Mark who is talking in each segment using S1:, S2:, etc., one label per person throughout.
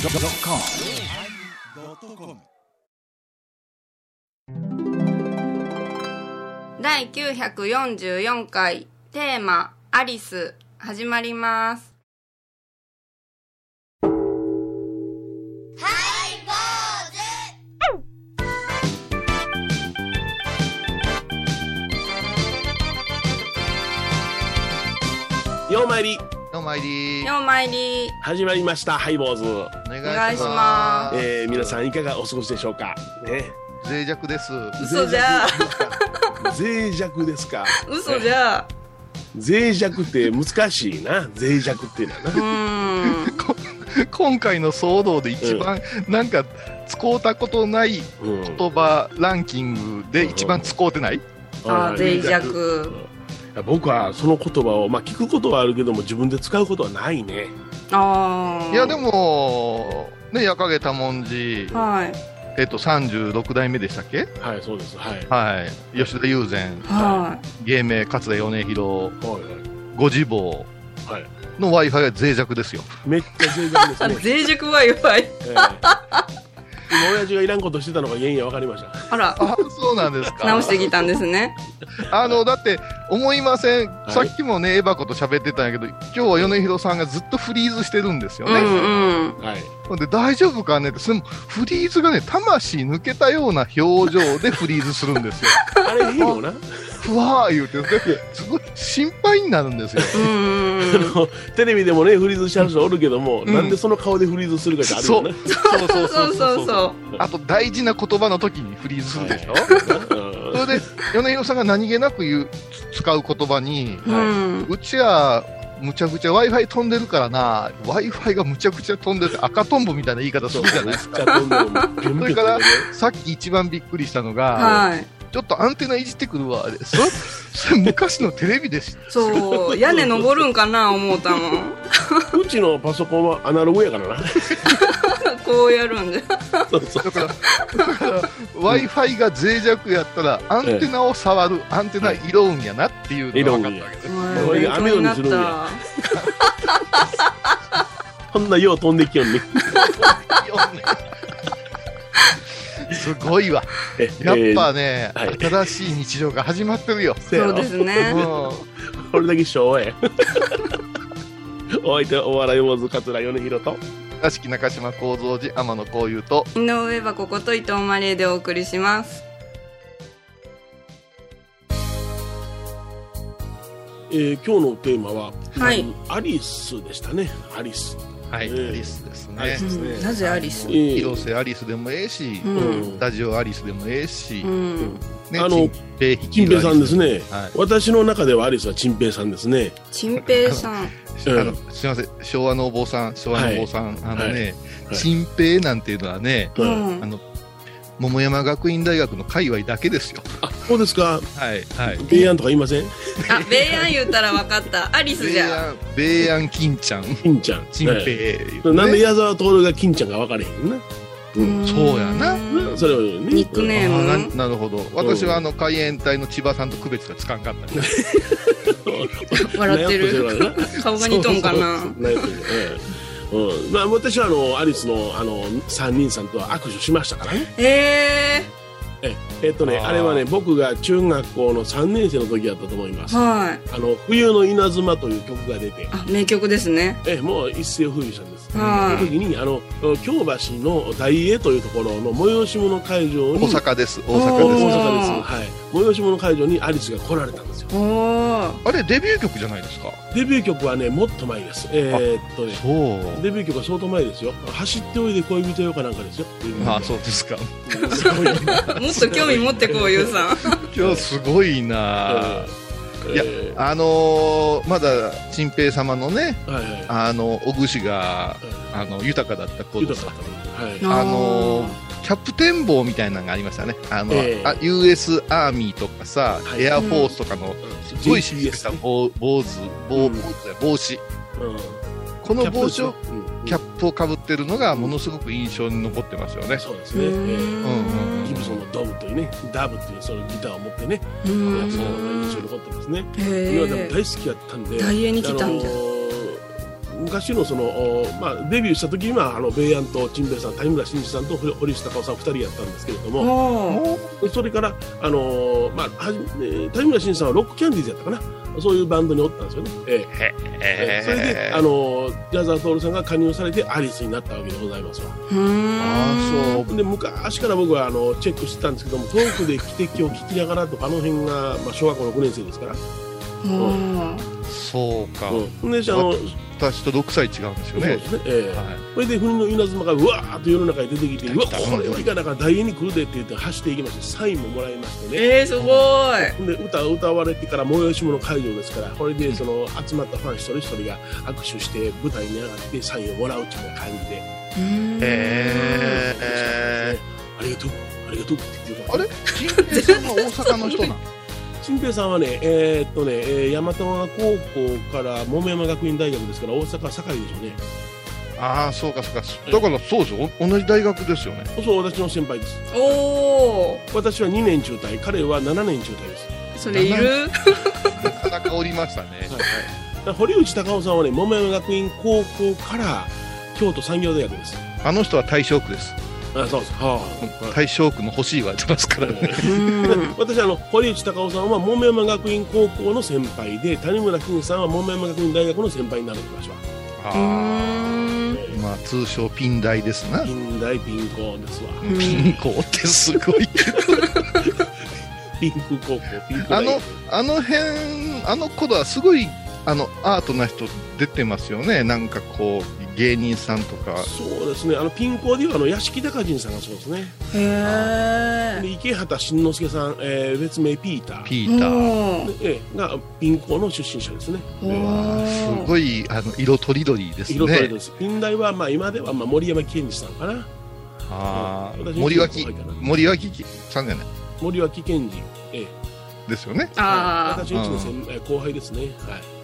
S1: yosmir
S2: 第944回テーマ「アリス」始まります
S3: ようまいり
S4: どうも、ID。
S2: ようまいり
S3: 始まりましたハイボーズ、
S4: お願
S2: 願い
S4: い
S2: し
S4: し
S2: ま
S4: ます。
S3: えー、皆さんいかがお過ごしでしょうかね
S4: 脆弱です。
S2: 嘘じゃ
S3: 脆弱ですか
S2: 嘘じゃ
S3: 脆弱って難しいな脆弱っていうのは な
S2: うーん
S4: こ今回の騒動で一番、なんか、使うたことない
S3: うん
S4: 言葉ランキングで一番使うてない、
S2: あ脆弱
S3: うん僕はその言葉を、まあ、聞くことはあるけども自分で使うことはないね
S2: ああ
S4: いや、でも、ね、矢影多文字、
S2: はい
S4: えっと、36代目でしたっけ
S3: はいそうですはい
S4: はい。吉田友禅、
S2: は
S4: 芸名、勝田米広、
S3: はい
S4: ご自坊
S3: はい、はい、
S4: の Wi-Fi が脆弱ですよ。
S3: めっちゃ脆弱です
S2: い
S3: ね、
S2: 脆弱は弱い
S3: えー今親父がいらんことしてたのが原因は分かりました
S2: あら
S4: あ、 そうなんですか。
S2: 直してきたんですね
S4: あの、だって、思いません。
S3: い
S4: さっきもね、エバコと喋ってたんやけど、今日は米広さんがずっとフリーズしてるんですよ
S2: う
S4: ね。
S2: んうん
S3: はい
S4: ほんで、大丈夫かねって、そのフリーズがね、魂抜けたような表情でフリーズするんですよ。
S3: あれ変よな
S4: ふわー言うて、ですごい心配になるんですよ。
S2: うんうんうん
S3: テレビでもねフリーズしてはる人おるけども、
S4: うん
S3: なんでその顔でフリーズするかってあるよね
S4: そ
S2: そ
S4: う
S2: うそうそうそう
S4: あと、大事な言葉の時にフリーズするでしょ。
S3: はい
S4: それで、米広さんが何気なく言う、つ使う言葉に、
S3: はいう
S4: うちは、むちゃくちゃ Wi-Fi 飛んでるからな、Wi-Fi がむちゃくちゃ飛んでて赤とんぼみたいな言い方す
S3: そう
S4: るじゃな
S3: め
S4: い
S3: っちゃ飛んでるもんビュンビュン飛んでる
S4: それさっき一番びっくりしたのが、
S2: はい
S4: ちょっとアンテナいじってくるわ、あれ。それ、それ昔のテレビです。
S2: そう屋根登るんかな思うたもん
S3: うちのパソコンはアナログやからな
S2: こうやるんじゃ
S3: そうそう
S4: だから、だから Wi-Fi が脆弱やったら、アンテナを触る、アンテナ色うんやなっていうのが分かったわけね。
S3: これが
S2: 勉
S3: 雨
S2: 強に
S3: のに
S2: なっ
S3: するんや
S2: た
S3: こんなよう飛んできよんね
S4: すごいわ。
S3: え
S4: やっぱ
S3: え
S4: ね、
S3: ーはい
S4: 新しい日常が始まってるよ。
S3: えーせや
S2: そう
S3: ろ
S2: ですね。
S4: う
S3: これだけ昭和やお相手はお笑い坊主桂米宏と
S4: ん屋敷中島幸三寺天野幸雄と、
S2: 井上はここと伊藤マリーでお送りします。
S3: えー今日のテーマは、
S2: はい
S3: うんアリスでしたねアリス、
S4: はい、
S3: うん
S4: アリスです
S3: アリ
S4: ね
S3: ス。ね
S2: なぜアリス
S4: もう？
S3: ええ
S4: 広瀬アリスでもええし、
S2: う
S3: うん
S2: ん
S4: スタジオアリスでもええし、
S2: うん。
S4: ね、
S3: あの
S4: チンペイ率
S3: チ
S4: い
S3: ンペ
S4: る
S3: イ
S4: アリス
S3: さんですね、
S4: はい
S3: 私の中ではアリスはチンペイさんですね
S2: チンペイさん。
S3: うん
S4: あのすみません、昭和のお坊さん、昭和のお坊さん、あのね、
S3: はい
S4: 新平なんていうのはね、
S2: う
S3: はい
S2: ん。
S4: 桃山学院大学の界隈だけですよ。
S3: あそうですか
S4: はい、はい。
S3: 提案とか言いません
S2: あ、米安言うたらわかった。アリスじゃ。
S4: 安、米安金ちゃん、
S3: 金ちゃん
S4: 新
S3: はい
S4: 平、
S3: なんで
S4: ね
S3: 矢沢徹が金ちゃんが分かれへんね
S2: ん
S4: そうやな
S3: うんそれをね
S2: ニックネ
S4: あ
S2: ーム
S4: ななるほど。私はあの海援隊の千葉さんと区別がつかんかったです。
S2: 笑って
S3: 悩むことや
S2: る
S3: か。
S2: 顔が似とんかな。
S3: ないというええうん、まあ私はあのアリスのあの三人さんとは握手しましたからね
S2: え
S3: ええっとね
S4: あー
S3: あれはね僕が中学校の3年生の時だったと思いま
S2: え
S3: す「
S2: はい。
S3: あの冬の稲妻」という曲が出て
S2: あ、名曲ですね。
S3: ええもう一世を風靡したんですその
S2: は
S3: 時にあの京橋の大江というところの催し物会場
S4: 大
S3: に
S4: 阪です。大
S3: 大
S4: 阪
S3: 阪
S4: で
S3: です
S4: す。
S3: はい催し物会場にアリスが来られたんですよ
S2: い。おー。
S4: あれデビュー曲じゃないですか。
S3: デビュー曲はねもっと前ですえーっとね
S4: そう。
S3: デビュー曲は相当前ですよ走っておいで恋人よかなんかですよ
S4: あ、そうですか。
S3: すごい
S2: もっと興味持ってこういうさん。
S4: 今日すごいな。いや
S3: え
S4: あのーまだ新平様のね、
S3: ーはいはい
S4: あのおぐしが
S3: は
S4: あの豊かだった
S3: い
S4: 頃
S3: 豊かだったのにはい
S4: あのーキャプテン帽みたいなのがありましたね、あの
S3: ええ
S4: あ US アーミーとかさ、
S3: はい
S4: エアフォースとかの、すごいしびれた
S3: JCS ね
S4: 帽
S3: う
S4: 坊主帽
S3: ん
S4: 帽子や帽子、
S3: うん
S4: この帽子を
S3: うん
S4: キャップをかぶってるのが、ものすごく印象に残ってますよね。
S3: そうです
S2: う
S3: ねえ
S2: ーん
S3: ー
S4: うんうん
S3: ギブソンのドブというねダブというそのギターを持ってね
S2: う
S3: や
S2: ん
S3: ってたのが印象に残ってますね
S2: へ
S3: 今でも大
S2: え
S3: 好きやったんで
S2: 大英に来たんじゃ
S3: あのー昔のその、おまあ、デビューした時にはあのベイアンとチンベイさん谷村新司さんと堀堀内孝雄さん2人やったんですけれども
S2: おー
S3: それから、あのーまあはじえー谷村新司さんはロックキャンディーズやったかなそういうバンドにおったんですよね、ええええそれで、あのージャザー徹さんが加入されてアリスになったわけでございますわ
S2: うーん
S4: あ
S3: で昔から僕はあのチェックしてたんですけども「トークで汽笛を聞きながら」とかあの辺が、まあ、小学校6年生ですから、
S2: もう
S4: あそうそうか、
S3: うん、であの
S4: わ私と6歳違うんです
S3: そう
S4: よ
S3: で
S4: ね
S3: すね、ええ
S4: はい
S3: それで船の稲妻がうわーっと世の中に出てきて「うわ
S4: 来た来た
S3: これはいかなから大変に来るで」って言って走っていきましてサインももらいましてね、
S2: えー、すごい
S3: で歌を歌われてから催し物会場ですからこれでその集まったファン一人一人が握手して舞台に上がってサインをもらうっていうような感じで、
S4: へえ
S3: ありがとうありがとうって言って
S4: あれ陳平さんは大阪の人 なの
S3: 新平さんはね、えーっとね、えー、大和川高校から桃山学院大学ですから大阪堺でしょうね。
S4: ああそうかそうかだからそうですよお同じ大学ですよね
S3: そう、私の先輩です。
S2: おお
S3: 私は2年中退、彼は7年中退です。
S2: それいる
S4: なかなかおりましたね
S3: はいだから堀内孝雄さんはね、桃山学院高校から京都産業大学です。
S4: あの人は大正区です
S3: あ、そうです。は
S4: 大正区の欲しい言われてますからね
S3: い。
S2: うん
S3: 私あの堀内孝雄さんは桃山学院高校の先輩で谷村新司さんは桃山学院大学の先輩になるんですわ
S2: うん
S4: まあ通称ピン大ですな
S3: 近代ピン校ですわ
S2: うん
S4: ピン校ってすごい
S3: ピンク高校ピンク
S4: あ
S3: 大学
S4: のあの辺あの頃はすごいあのアートな人出てますよねなんかこう芸人さんとか
S3: そうですねあのピン校でいうあの屋敷隆人さんがそうですね
S2: へえ
S3: で池畑慎之介さん、えー別名ピーター
S4: ピーター
S2: おー
S3: ええが貧困の出身者ですね。
S2: お
S4: うわーす
S2: い
S4: ごいあの色とりどりです
S3: 色とりどり
S4: ね
S3: です。近代はまあ今ではまあ森山健二さんかな。
S4: あー
S3: 私
S4: 森脇
S3: 近代の方がいいかな
S4: 森脇さんじゃない
S3: 森脇健二。ええ、
S4: ですよね
S3: は
S2: あ
S3: い
S2: あ
S3: 私の一の先え後輩ですね。はい。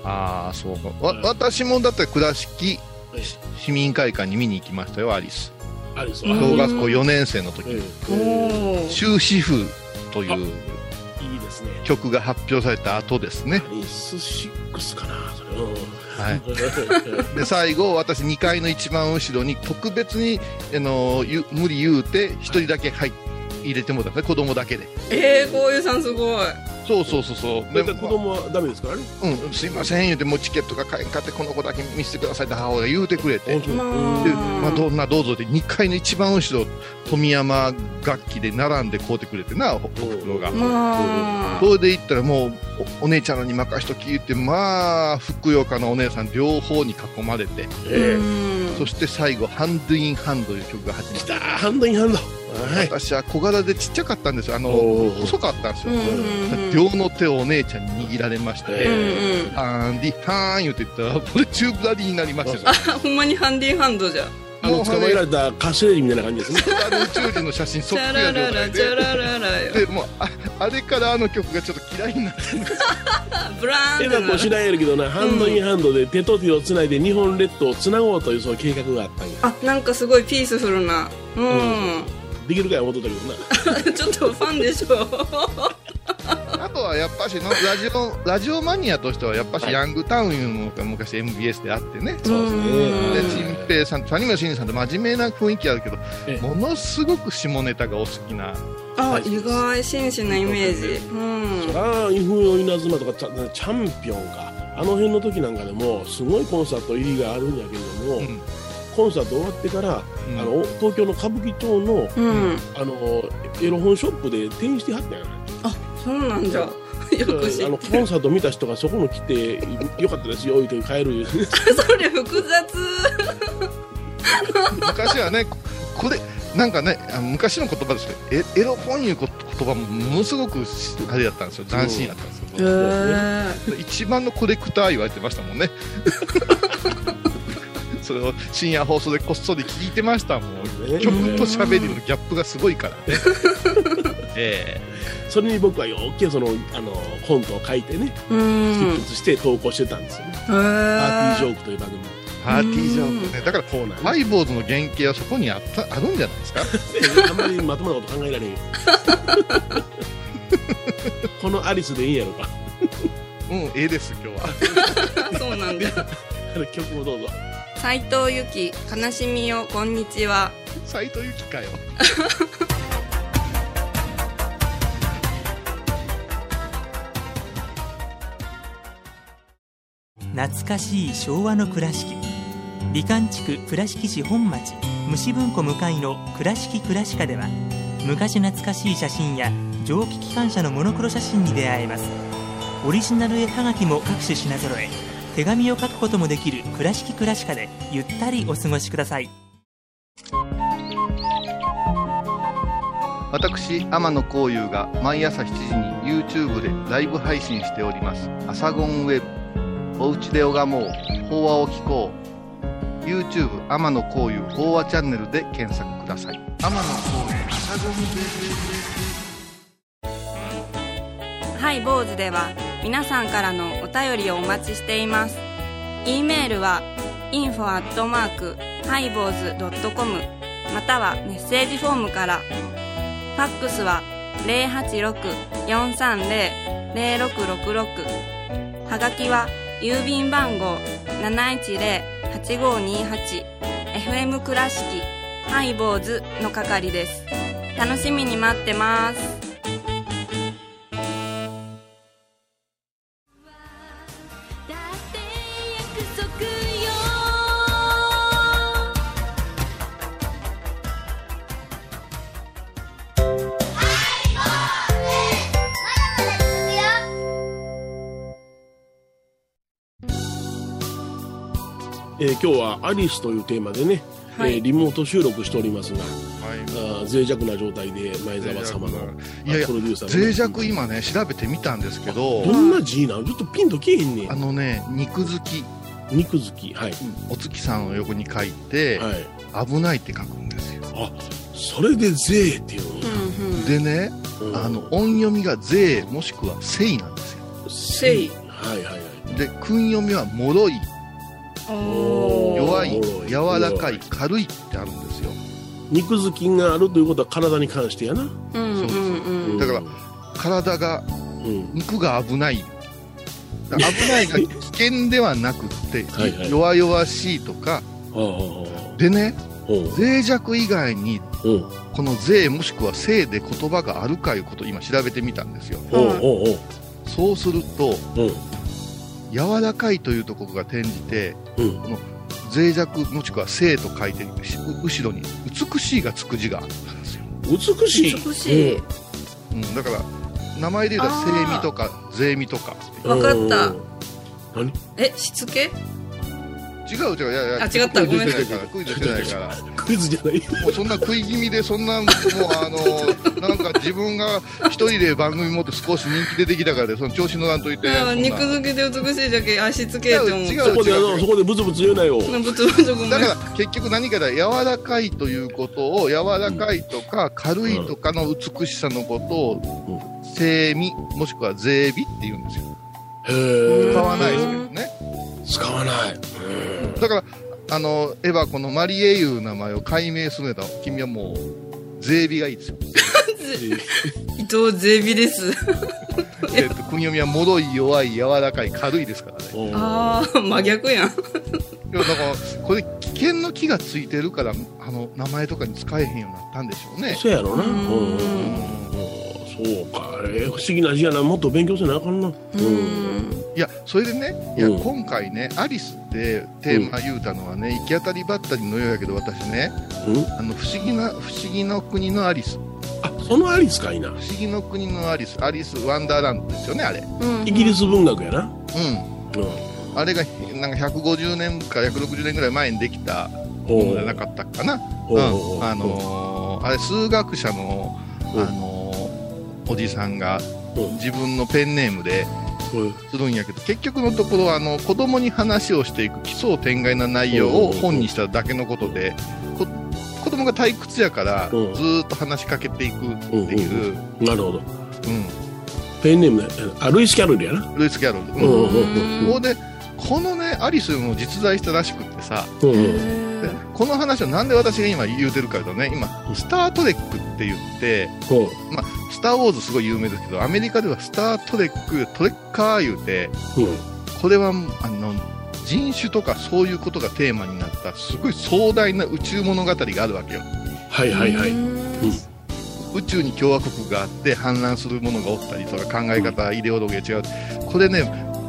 S4: ああそうか
S3: う
S4: わ
S3: ん
S4: 私もだって倉敷
S3: え
S4: 市民会館に見に行きましたよアリス
S3: え、アリス
S2: うん
S4: 小学校4年生の時
S3: え
S2: お
S3: え
S2: おー
S4: 終止符という
S3: いいですね。
S4: 曲が発表された後ですね
S3: ア、リスシックスかな。それ。うん
S4: は い、で最後私2階の一番後ろに特別に、あのゆ無理言うて1人だけ入入れてもらったんですね子供だけで
S2: えー、こういうさんすごい
S4: そうそうそうそう
S3: だ
S4: で
S3: いたい子供はダメですからね。
S4: うん、すいません言うてもうチケットが買えんかってこの子だけ見せてくださいって母親が言うてくれて
S3: 本当に
S2: まあ
S3: うん
S4: で、まあ、どんなどうぞって2階の一番後ろ富山楽器で並んで買うてくれてなおおふくろが
S3: う。ん
S2: まあ
S4: それで行ったらもうおお姉ちゃんのに任しときってまあふくよかなお姉さん両方に囲まれて
S3: ええ
S2: うん
S4: そして最後「ハンドインハンド」という曲が始まっ
S3: 来
S4: て
S3: たハンドインハンド。はい。
S4: 私は小柄でちっちゃかったんですよあの
S3: おー
S4: 細かったんです
S2: う
S4: よ
S2: んうんうん
S4: 両の手をお姉ちゃんに握られまし
S3: え
S4: て
S2: う
S3: え
S2: んうん
S4: 「ハンディハーン」言って言ったらこれチューブラリーになりましたよ
S2: あほんまにハンディハンドじゃん
S3: あの
S4: もう
S3: 捕まえられたカシレリみたいな感じですね。
S4: あの宇宙人の写真
S2: チ
S4: そっ
S2: ャ
S4: く
S2: ラ
S4: りな
S2: ラ
S4: 状
S2: ラ
S4: 態
S2: チャ
S4: で。
S2: ラララよ
S4: でもうああれからあの曲がちょっと嫌いになって
S2: あブラーンって
S3: え
S2: な
S3: なこしないやるけどな、ハンドインハンドで手と手をつないで日本列島をつなごうというそういう計画があったんや。
S2: あなんかすごいピースフルなう
S3: うん
S2: ん
S3: できるかい思っとったけどな。
S2: ちょっとファンでしょ
S4: あとはやっぱしのラジオラジオマニアとしてはやっぱしヤングタウンいうのが昔 MBS であってね、
S2: そうですねうん
S4: で陳平さん谷村新司さんって真面目な雰囲気あるけど
S3: ええ
S4: ものすごく下ネタがお好きな
S2: あ
S4: はい
S2: 意外真摯なイメージうん
S3: ああ、イフヨ稲妻とかチャチャンピオンか。あの辺の時なんかでも、すごいコンサート入りがあるんやけれども、
S4: うん
S3: コンサート終わってから、あの、東京の歌舞伎町の、
S2: うん
S3: あの、エロ本ショップで店員してはったんやな。
S2: そうなんじゃよく知
S3: あの、
S2: っ
S3: コ
S2: てる
S3: ンサート見た人がそこの来て、よかったですよ、言うて帰る。
S2: それ複雑
S4: 昔はねここれなんかねあの昔の言葉ですけどエエロ本いう言葉もものすごくしあれだったんですよ斬新だったんですよ、
S2: へ
S4: 一番のコレクター言われてましたもんね それを深夜放送でこっそり聞いてましたもん
S3: ね
S4: 曲と喋りのギャップがすごいからねえ
S3: それに僕はよっけその、あの、コントを書いてね、
S2: う
S3: 執
S2: ん
S3: 筆して投稿してたんですよね。
S2: へ
S3: パーティージ
S2: ー
S3: ョークという番組の
S4: えパーティージョークねだから
S3: コーナー
S4: ハイボーズの原型はそこにあったあるんじゃないですか
S3: ね。あんまりまともなこと考えられへ んよ。このアリスでいいんやろか。
S4: うんええです今日は
S2: そうなんだ
S3: 曲もどうぞ。
S2: 斉藤由貴悲しみよこんにちは
S4: 斎藤由貴かよ。
S1: 懐かしい昭和の倉敷美観地区倉敷市本町虫文庫向かいの「倉敷倉歯科」では昔懐かしい写真や蒸気機関車のモノクロ写真に出会えますオリジナル絵はがきも各種品揃え手紙を書くこともできる「倉敷倉歯科」でゆったりお過ごしください
S4: 私天野幸雄が毎朝7時に YouTube でライブ配信しております「アサゴンウェブ」「おうちで拝もう法話を聞こう」YouTube 天野幸雄法話チャンネルで検索ください天野幸雄アサゴンウェブ
S2: ハイボーズでは皆さんからのお便りをお待ちしています。e メールは info アットマークハイボーズドットコムまたはメッセージフォームから。ファックスは086-430-0666はがきは郵便番号710-8528 FM 倉敷ハイボーズの係です。楽しみに待ってます。
S5: だって約束よ
S3: えー今日はアリスというテーマでね、
S2: はい
S3: えーリモート収録しておりますが、
S4: はい
S3: あー脆弱な状態で前澤様の
S4: いやいや
S3: プロデューサーの
S4: 脆弱今ね調べてみたんですけど
S3: どんな字なのちょっとピンときえへんねん
S4: あのね肉好き
S3: 肉好きはい、
S4: お月さんを横に書いて
S3: はい、
S4: 危ないって書くんですよ
S3: それで「ぜ」っていうの
S2: うんうん
S4: でね
S3: うん
S4: あの音読みが税もしくは聖なんですよ
S3: 「せい」はいはいはい
S4: で訓読みは脆い
S2: おー
S4: 弱い
S3: 脆い
S4: 柔らかい軽いってあるんですよ
S3: 肉好きがあるということは体に関してやな、
S2: うんうんうん
S4: だから体が
S3: うん、
S4: 肉が危ない だから危ないが危険ではなくって
S3: はいはい
S4: 弱々しいとか
S3: ああ
S4: でね
S3: うん
S4: 脆弱以外に
S3: うん
S4: この税もしくは性で言葉があるかいうことを今調べてみたんですよ
S3: おうおう
S4: そうすると
S3: おう
S4: 柔らかいというところが転じて
S3: うんうん
S4: 脆弱もしくは性と書いてし後ろに美しいがつく字があったんですよ、
S3: 美しい
S2: 美しい
S3: うん
S4: うん、だから名前で言うと
S2: あ
S4: 性
S2: ー
S4: 味とか税味とか
S2: わかった
S3: うん
S2: えしつけ
S4: 違う違ういやいや
S2: あ違った
S4: ク
S2: ご
S4: イズ
S2: めんな
S4: してないからクイズしてないから
S3: クイズじゃ ない
S4: もうそんな食い気味でそんなもうあのなんか自分が一人で番組持って少し人気出てきたからでその調子乗らんといてそんな
S2: 肉付けで美しいだけあしつけって思う
S4: 違
S3: そこであのそこでブツブツ言うなよ
S2: なんかぶつぶつごめん
S4: だから結局何かだ柔らかいということを柔らかいとか軽いとかの美しさのことを精味もしくは税味って言うんですよ
S3: へえ
S4: 使わないですけどね
S3: 使わないへえ
S4: だからあのエヴァこのマリエいう名前を解明するんだ君はもう税味がいいで すよ
S2: 伊藤ゼビです
S4: えっと国読みは脆い弱い柔らかい軽いですからね
S3: おう
S2: ああ真逆やん
S4: でもなんかこれ危険の木がついてるからあの名前とかに使えへんようになったんでしょうね
S3: そうやろな
S2: う
S3: うんんうんうんそうかえー不思議な字やなもっと勉強せなあかんなう
S2: うん
S4: いやそれでねいや、
S3: うん
S4: 今回ねアリスってテーマ言うたのはね、行き当たりばったりのようやけど私ね
S3: うん
S4: あの不思議な不思議の国のアリス不
S3: あそのアリスかいな
S4: 思議の国のアリスアリスワンダーランドですよねあれ
S2: うん
S3: イギリス文学やな
S4: う
S3: うん
S4: んあれがなんか150年か160年ぐらい前にできたものじゃなかったかな
S3: おう
S4: う
S3: ん
S4: あのーあれ数学者の、
S3: うん
S4: あのーおじさんが
S3: うん
S4: 自分のペンネームで
S3: うん
S4: するんやけど結局のところはあの子供に話をしていく奇想天外な内容を本にしただけのことでこ子供が退屈やからず
S3: うん
S4: ーっと話しかけていくっていう、
S3: なるほど
S4: う、
S3: ペンネームねあルイス・キャロルやなん
S4: ルイス・キャロル、
S3: う
S4: うん
S3: んうん
S4: ここでこのねアリスも実在したらしくってさ
S3: うんうん
S4: でこの話をなんで私が今言うてるかというとね今「スター・トレック」って言って
S3: うん
S4: 「スター・ウォーズ」すごい有名ですけどアメリカでは「スター・トレック」「トレッカー」言うて
S3: うん
S4: これはあの人種とかそういうことがテーマになったすごい壮大な宇宙物語があるわけよ
S3: はいはいは
S5: う
S3: い。
S5: ーん
S4: 宇宙に共和国があって反乱する者がおったりとか考え方イデオロギーが違うこれね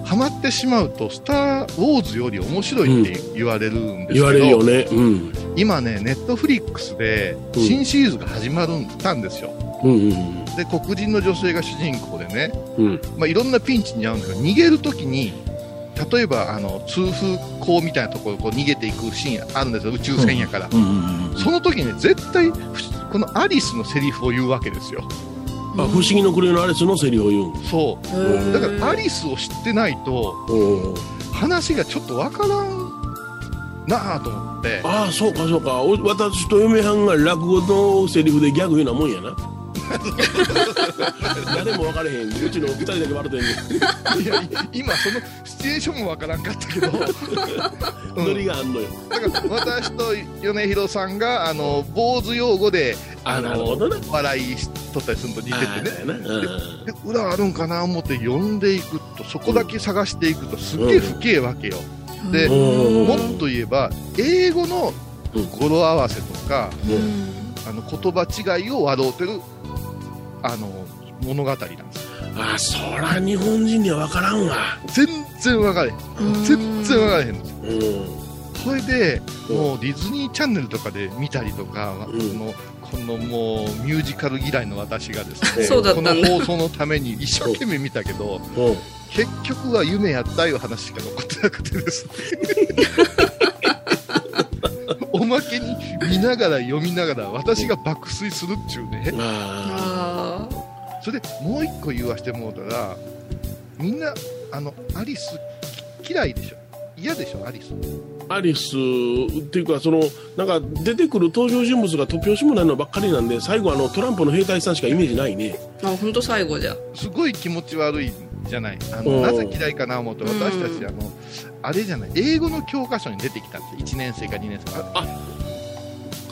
S4: ハマってしまうと「スター・ウォーズ」より面白いって言われるんですけ
S3: 言
S4: ど、
S3: われるよね。うん。
S4: 今ねネットフリックスで
S3: うん
S4: 新シリーズが始まるんたんですよ
S3: うんうん
S4: で黒人の女性が主人公でね、
S3: うん。うん。
S4: まあ、いろんなピンチに遭うんだけど逃げる時に例えばあの通風口みたいなところをこう逃げていくシーンあるんですよ宇宙船やから、
S3: うんうんうん。
S4: その時に絶対このアリスのセリフを言うわけですよ
S3: あ、不思議の国のアリスのセリフを言うん。
S4: そう
S5: うーん
S4: だからアリスを知ってないと
S3: お
S4: 話がちょっとわからんなあと思って
S3: ああ、そうかそうか。お私と嫁はんが落語のセリフでギャグ言うようなもんや な。誰も分かれへん。うちの二人だけ笑ってんねん。
S4: いやい今そのシチュエーションもわからんかった けど、う
S3: ノ
S4: ん
S3: リがあんのよ。
S4: だから私と米広さんがあの坊主用語で
S3: あ
S4: あ
S3: なる
S4: の
S3: ほどね。
S4: 笑いしとったりするのと似ててね
S3: あなうん
S4: で裏あるんかな思って読んでいくとそこだけ探していくとすっげえ不景わけよ、で
S5: う
S3: うん
S4: もっと言えば英語の語呂合わせとか
S5: ーん
S4: あの言葉違いを笑うてるあの物語なんです
S3: あ、そら日本人には分からんわ。
S4: 全然分かれへん全然分かれへんの
S3: うん。
S4: これで
S3: うん
S4: もうディズニーチャンネルとかで見たりとか、あ
S3: うん
S4: のこのもうミュージカル嫌いの私がですね
S2: そうだった
S4: こ
S2: んだ
S4: の放送のために一生懸命見たけど
S3: うん。
S4: 結局は夢やったいう話しか残ってなくてです ねおまけに見ながら読みながら私が爆睡するっちゅうね
S3: あ
S2: あー
S4: それでもう一個言わしてもうたらみんなあのアリスき嫌いでしょ嫌でしょアリス
S3: あアリスっていうかそのなんか出てくる登場人物が突拍子もないのばっかりなんで最後あのトランプの兵隊さんしかイメージないね
S2: あ本当最後じゃ
S4: すごい気持ち悪いじゃないあ
S3: う
S4: の
S3: ん
S4: なぜ嫌いかな思うと
S2: うん
S4: 私たちあのあれじゃない英語の教科書に出てきたって1年生か2年生か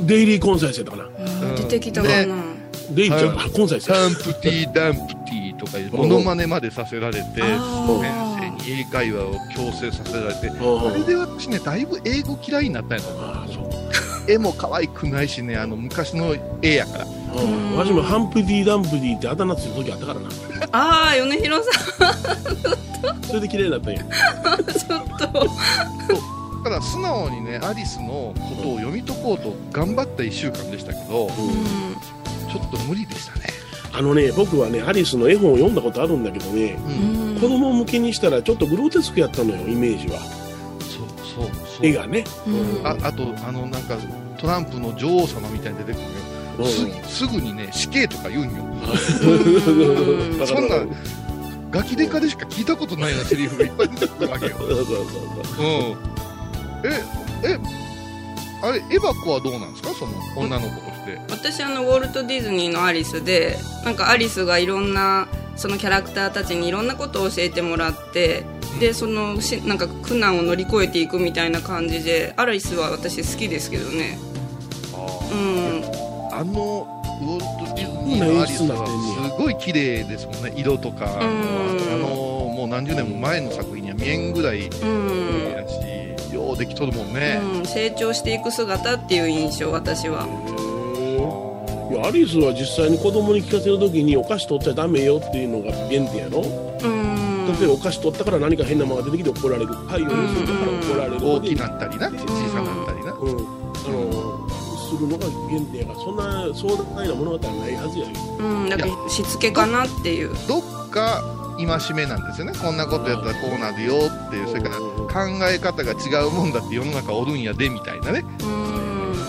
S3: デイリーコンサイセだから
S2: あー
S4: うん
S2: 出てきたかな、
S4: ね
S3: デイちゃん
S4: は
S3: あコンサイセ
S4: タンプティーダンプティーとかいうモノマネまでさせられて
S2: あ
S4: 先
S2: ー
S4: 生に英会話を強制させられて
S3: うん
S4: それで私ねだいぶ英語嫌いになったんやと思う
S3: あーそう
S4: 絵も可愛くないしねあの昔の絵やから
S3: うん私もハンプディ・ダンプディってあだ名ついた時あったからな
S2: あー米広さ
S3: それで綺麗になったんや
S2: んちょっと
S4: だから素直にねアリスのことを読み解こうと頑張った1週間でしたけどちょっと無理でしたね
S3: あのね僕はねアリスの絵本を読んだことあるんだけどね
S4: う
S2: うんん
S3: 子供向けにしたらちょっとグロテスクやったのよイメージは
S4: そうそうそう
S3: 絵がね
S2: うん
S4: ああとあのなんかトランプの女王様みたいに出てくるよ
S3: うん
S4: すすぐにね死刑とか言うんよ
S2: うん
S3: だか
S4: そ
S3: ら
S4: んなガキデカでしか聞いたことないようなセリフがいっぱい出てくるわけよ、
S3: そうそうそうそう
S4: うん、ええあれエバ子はどうなんですかその女の子として
S2: 私あのウォルト・ディズニーのアリスでなんかアリスがいろんなそのキャラクターたちにいろんなことを教えてもらってでそのしなんか苦難を乗り越えていくみたいな感じでアリスは私好きですけどねうん
S4: あのウォルト・ディズニーのアリスはすごい綺麗ですもんね色とかあ
S2: うん
S4: のもう何十年も前の作品には見えんぐらい綺
S2: うん
S4: 麗だしようできとるもんね、
S2: うん、成長していく姿っていう印象私は
S3: いやアリスは実際に子供に聞かせるときにお菓子取っちゃダメよっていうのが原点やろ、
S2: うん
S3: 例えばお菓子取ったから何か変なものが出てきて怒られるパイを盗んだから怒られる
S4: 大きなったりな小さなったりな、
S3: うん、あのするのが原点やからそんな壮大な物語はないはずやよ
S2: うんなんかしつけかなっていう
S4: どっか戒めなんですよねこんなことやったらこうなるよっていうそれから
S3: う
S4: 考え方が違うもんだって世の中おるんやでみたいなね、
S2: うん
S4: うん、
S3: ん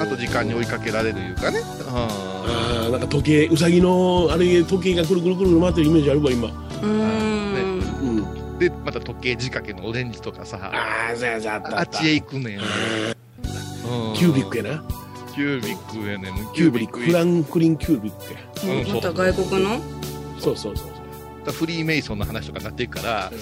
S4: あと時間に追いかけられるいうかね、
S3: あーなんか時計うさぎのあれ時計がくるくるくるくる回ってるイメージあるわ今、
S2: うん
S3: うん、
S4: うん、でまた時計仕掛けのオレンジとかさ
S3: ああそうやそうやった
S4: あっちへ行くねん、うん
S3: キュービックやな
S4: キュービックやねん
S3: キュービックフランクリン・キュービックや
S4: うん
S2: また外国の
S3: そうそうそう
S4: フリーメイソンの話とかになっていくから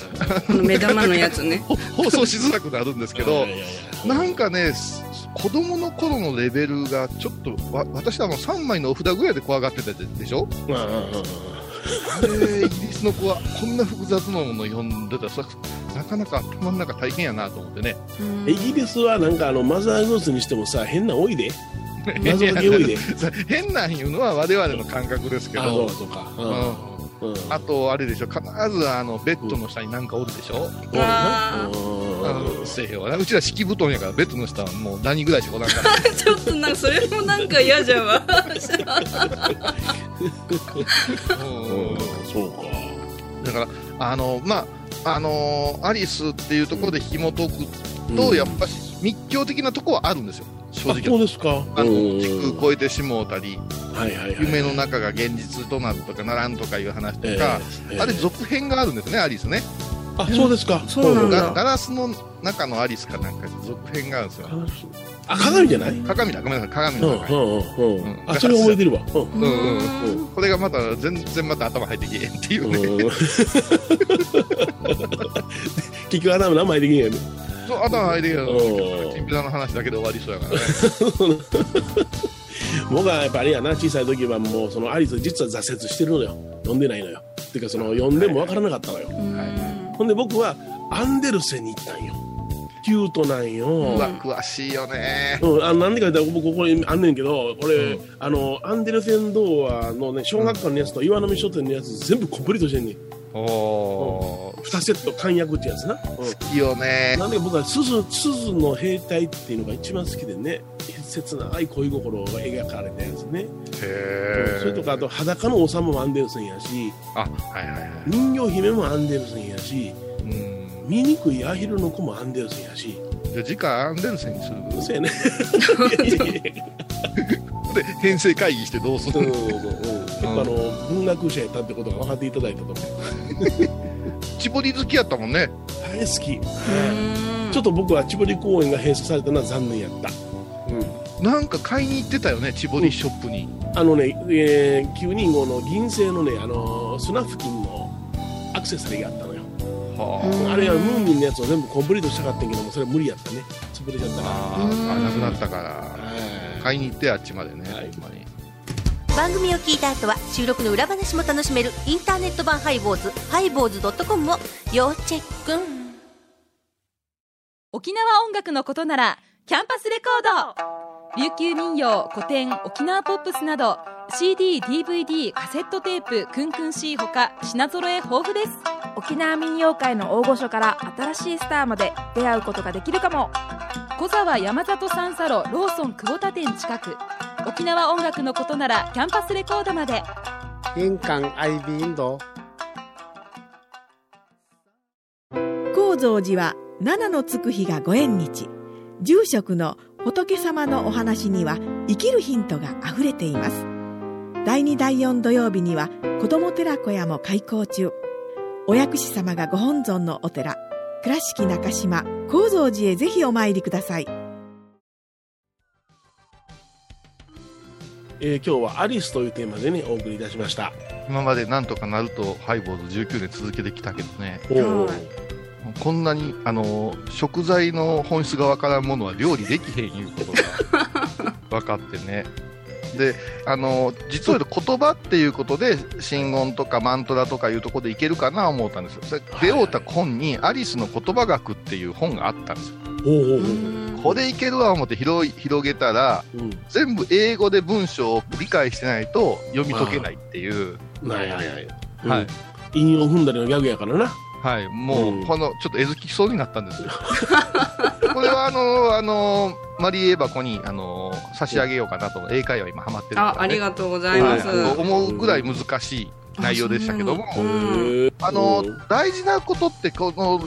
S2: この目玉のやつ ね
S4: ほ放送しづらくなるんですけ
S3: そ
S4: ど
S3: ういやいやいや
S4: なんかね、す子供の頃のレベルがちょっと、わ私はあの3枚のお札ぐらいで怖がってたででしょ
S3: うんうんうんうん
S4: あれイギリスの子はこんな複雑なものを読んでたらさ、なかなか頭の中大変やなと思ってね。
S2: うん
S3: イギリスはなんかあのマザーグースにしてもさ変な多い で謎解き多いで
S4: 変なんいうのは我々の感覚ですけ
S3: あそ
S4: ど
S3: う。そうか
S4: う
S3: うんうん
S4: あと、あれでしょ、必ずあのベッドの下になんかおるでしょ、
S3: 多いなうん
S4: あのせえへんわなうちら敷布団やから、ベッドの下はもう何ぐらいしかおらんか ら、
S2: ちょっとなんかそれもなんか嫌じゃわ
S4: うん
S3: そうか
S4: だから、あのまああのアリスっていうところで紐解くと、やっぱり密教的なとこはあるんですよ、正
S3: あそう
S4: 直。
S3: ですか
S4: あの
S3: うん
S4: 時空超えてしもうたり、
S3: はいはいはい
S4: 夢の中が現実となるとかならんとかいう話と
S3: ええ
S4: か、
S3: ええ
S4: あれ、続編があるんですね、アリスね。
S3: あそうですか
S2: そうなんだ
S4: ガガラスの中のアリスかなんか続編があるんですよ。
S3: あ鏡じゃないうん
S4: 鏡だ、ごめんなさい、鏡
S3: う
S4: の
S3: ん
S4: 中に。
S3: うんうん
S4: う
S3: あ
S4: ん
S3: それ覚えてるわうん
S4: うんうんうんこれがまた全然また頭入ってけえへんっていううんね、
S3: 結局あなた名前できんやね
S4: そう頭入ってけえへん
S3: うん
S4: チンピラの話だけで終わりそうやからね
S3: 僕はやっぱあれやな小さい時はもうそのアリス実は挫折してるのよ読んでないのよてかその読んでも分からなかったのよ、ほんで僕はアンデルセンに行ったんよキュートなんよ、う
S4: うんわ詳しいよね
S3: あのなんでか言ったら僕ここにあんねんけど俺、
S4: う
S3: あのアンデルセン童話のね小学館のやつと岩波書店のやつ全部コンプリートしてんねん
S4: おおー
S3: 2セット簡約ってやつな、うん
S4: 好きよね
S3: なんで僕は鈴鈴の兵隊っていうのが一番好きでね切ない恋心が描かれたやつね、
S4: へえ
S3: それとかあと裸の王様もアンデルセンやし
S4: あはいはいはい
S3: 人形姫もアンデルセンやし
S4: うん
S3: 醜いアヒルの子もアンデルセンやし
S4: じゃあ次回アンデルセンにする
S3: そうやね
S4: で編成会議してどうす
S3: うん
S4: る
S3: 結構あの文学者やったってことが分かっていただいたと思う
S4: チボリ好きやったもんね
S3: 大好き、
S2: うん
S3: ちょっと僕は千堀公園が閉鎖されたのは残念やった、
S4: なんか買いに行ってたよねチボリショップに、
S3: あのね、えー、925の銀製のね、あのースナフキンのアクセサリーがあったのよ
S4: は
S3: あれはムーミンのやつを全部コンプリートしたかったんやけどもそれ無理やったね潰れちゃった
S4: あ、
S3: か
S4: あーあなくなったから
S3: ら
S4: 買いに行ってあっちまでね、
S3: はい
S4: ほんまに
S6: 番組を聞いた後は収録の裏話も楽しめるインターネット版ハイボーズハイボーズドットコムを要チェック
S7: 沖縄音楽のことならキャンパスレコード琉球民謡古典沖縄ポップスなど CDDVD カセットテープクンクン C ほか品揃え豊富です
S8: 沖縄民謡界の大御所から新しいスターまで出会うことができるかも
S7: 小沢山里三佐路ローソン久保田店近く沖縄音楽のことならキャンパスレコードまで
S9: 玄関アイビーインド
S10: 高蔵寺は七のつく日がご縁日住職の仏様のお話には生きるヒントがあふれています第2第4土曜日には子ども寺小屋も開校中お薬師様がご本尊のお寺倉敷中島・高蔵寺へぜひお参りください
S3: えー今日は「アリス」というテーマでねお送りいたしました
S4: 今までなんとかなるとハイボーズ19年続けてきたけどね
S3: おお、
S2: は
S4: こんなにあの食材の本質がわからんものは料理できへんいうことが 分かってねであの実を言うと言葉っていうことで真言とかマントラとかいうところでいけるかな思ったんですよそれ
S3: はい
S4: 出会うた本に「アリスの言葉学」っていう本があったんですよ
S3: おおおお
S4: これいけるわ思って広い広げたら
S3: うん
S4: 全部英語で文章を理解してないと読み解けないっていう、
S3: はいはいはい、うん
S4: はい
S3: 引用踏んだりのギャグやからな
S4: はい、も
S3: うん
S4: うこのちょっと絵付きそうになったんですよ。 これはあのあのマリー・エバコにあの差し上げようかなと英会話今ハマってるから、
S2: あ
S4: ね、
S2: ありがとうございます、
S4: はいと思うぐらい難しい内容でしたけども、
S2: うん
S3: へー
S4: あの大事なことってこの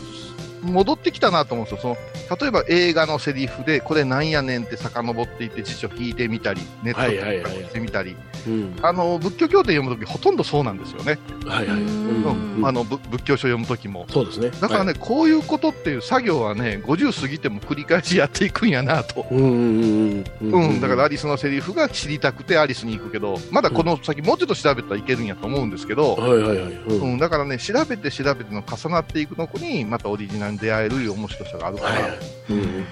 S4: 戻ってきたなと思うんですよ。その例えば映画のセリフでこれなんやねんって遡っていって辞書引いてみたりネット
S3: はいはい
S4: で
S3: はいはい
S4: してみたり、
S3: うん
S4: あの仏教経典読むときほとんどそうなんですよね。
S3: はいはい、うん
S4: うんあのぶ仏教書読むときも。
S3: そうですね
S4: だからね、
S3: は
S4: こういうことっていう作業はね、50過ぎても繰り返しやっていくんやなと。
S3: いうんうんうんう
S4: うんん、だからアリスのセリフが知りたくてアリスに行くけど、まだこの先もうちょっと調べたらいけるんやと思うんですけど、
S3: はいはいはい、う
S4: うんん、だからね、調べて調べての重なっていくのこに、またオリジナルに出会えるいう面白さがあるか
S3: はいは
S4: ら
S3: い。うん、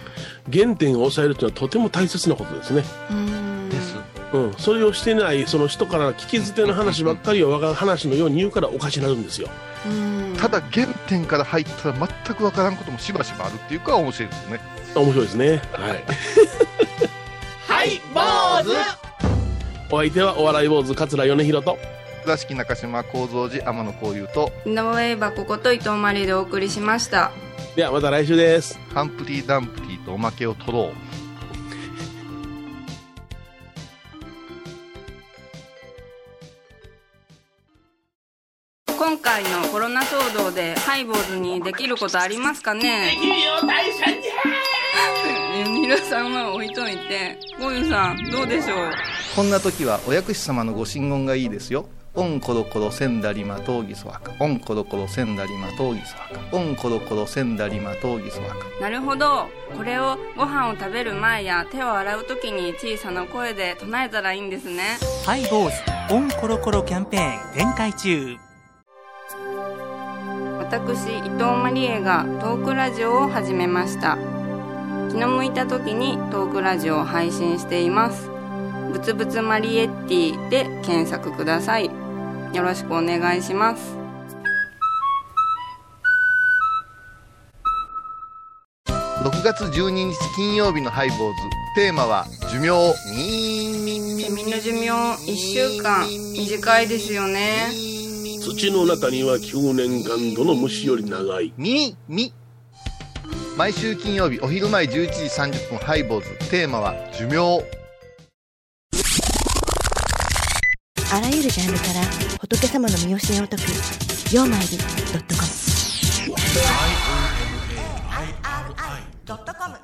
S3: 原点を抑えるというのはとても大切なことですね、
S4: です。
S3: うん、それをしてないその人から聞き捨ての話ばっかりを我が話のように言うからおかしなるんですよ、
S2: うん
S4: ただ原点から入ったら全くわからんこともしばしばあるっていうか面白いですよね
S3: 面白いですねはい
S11: はい坊主
S3: お相手はお笑い坊主桂米宏と
S4: 倉敷中島幸三寺天野幸雄と
S2: 井上箱こと伊藤マリでお送りしました
S3: ではまた来週です
S4: ハンプティ・ダンプティとおまけを取ろう
S2: 今回のコロナ騒動でハイボーズにできることありますかね
S11: できるよ大社に
S2: 皆さんは置いといてゴユさんどうでしょう
S4: こんな時はお薬師様のご神言がいいですよオンコロコロセンダリマトウギソワカオンコロコロセンダリマトウギソワカオンコロコロセンダリマトウギソワカ
S2: なるほどこれをご飯を食べる前や手を洗う時に小さな声で唱えたらいいんですね
S1: ハイボーズオンコロコロキャンペーン展開中
S2: 私伊藤マリエがトークラジオを始めました気の向いた時にトークラジオを配信していますぶつぶつマリエッティで検索くださいよろしくお願いします
S4: 6月12日金曜日のハイボーズテーマは寿命
S2: セミの寿命1週間短いですよね
S3: 土の中には9年間どの虫より長い
S4: みみ毎週金曜日お昼前11時30分ハイボーズテーマは寿命
S12: あらゆるジャンルから仏様の身教えを解く「曜マイルドットコム」「IOMAIRI.com」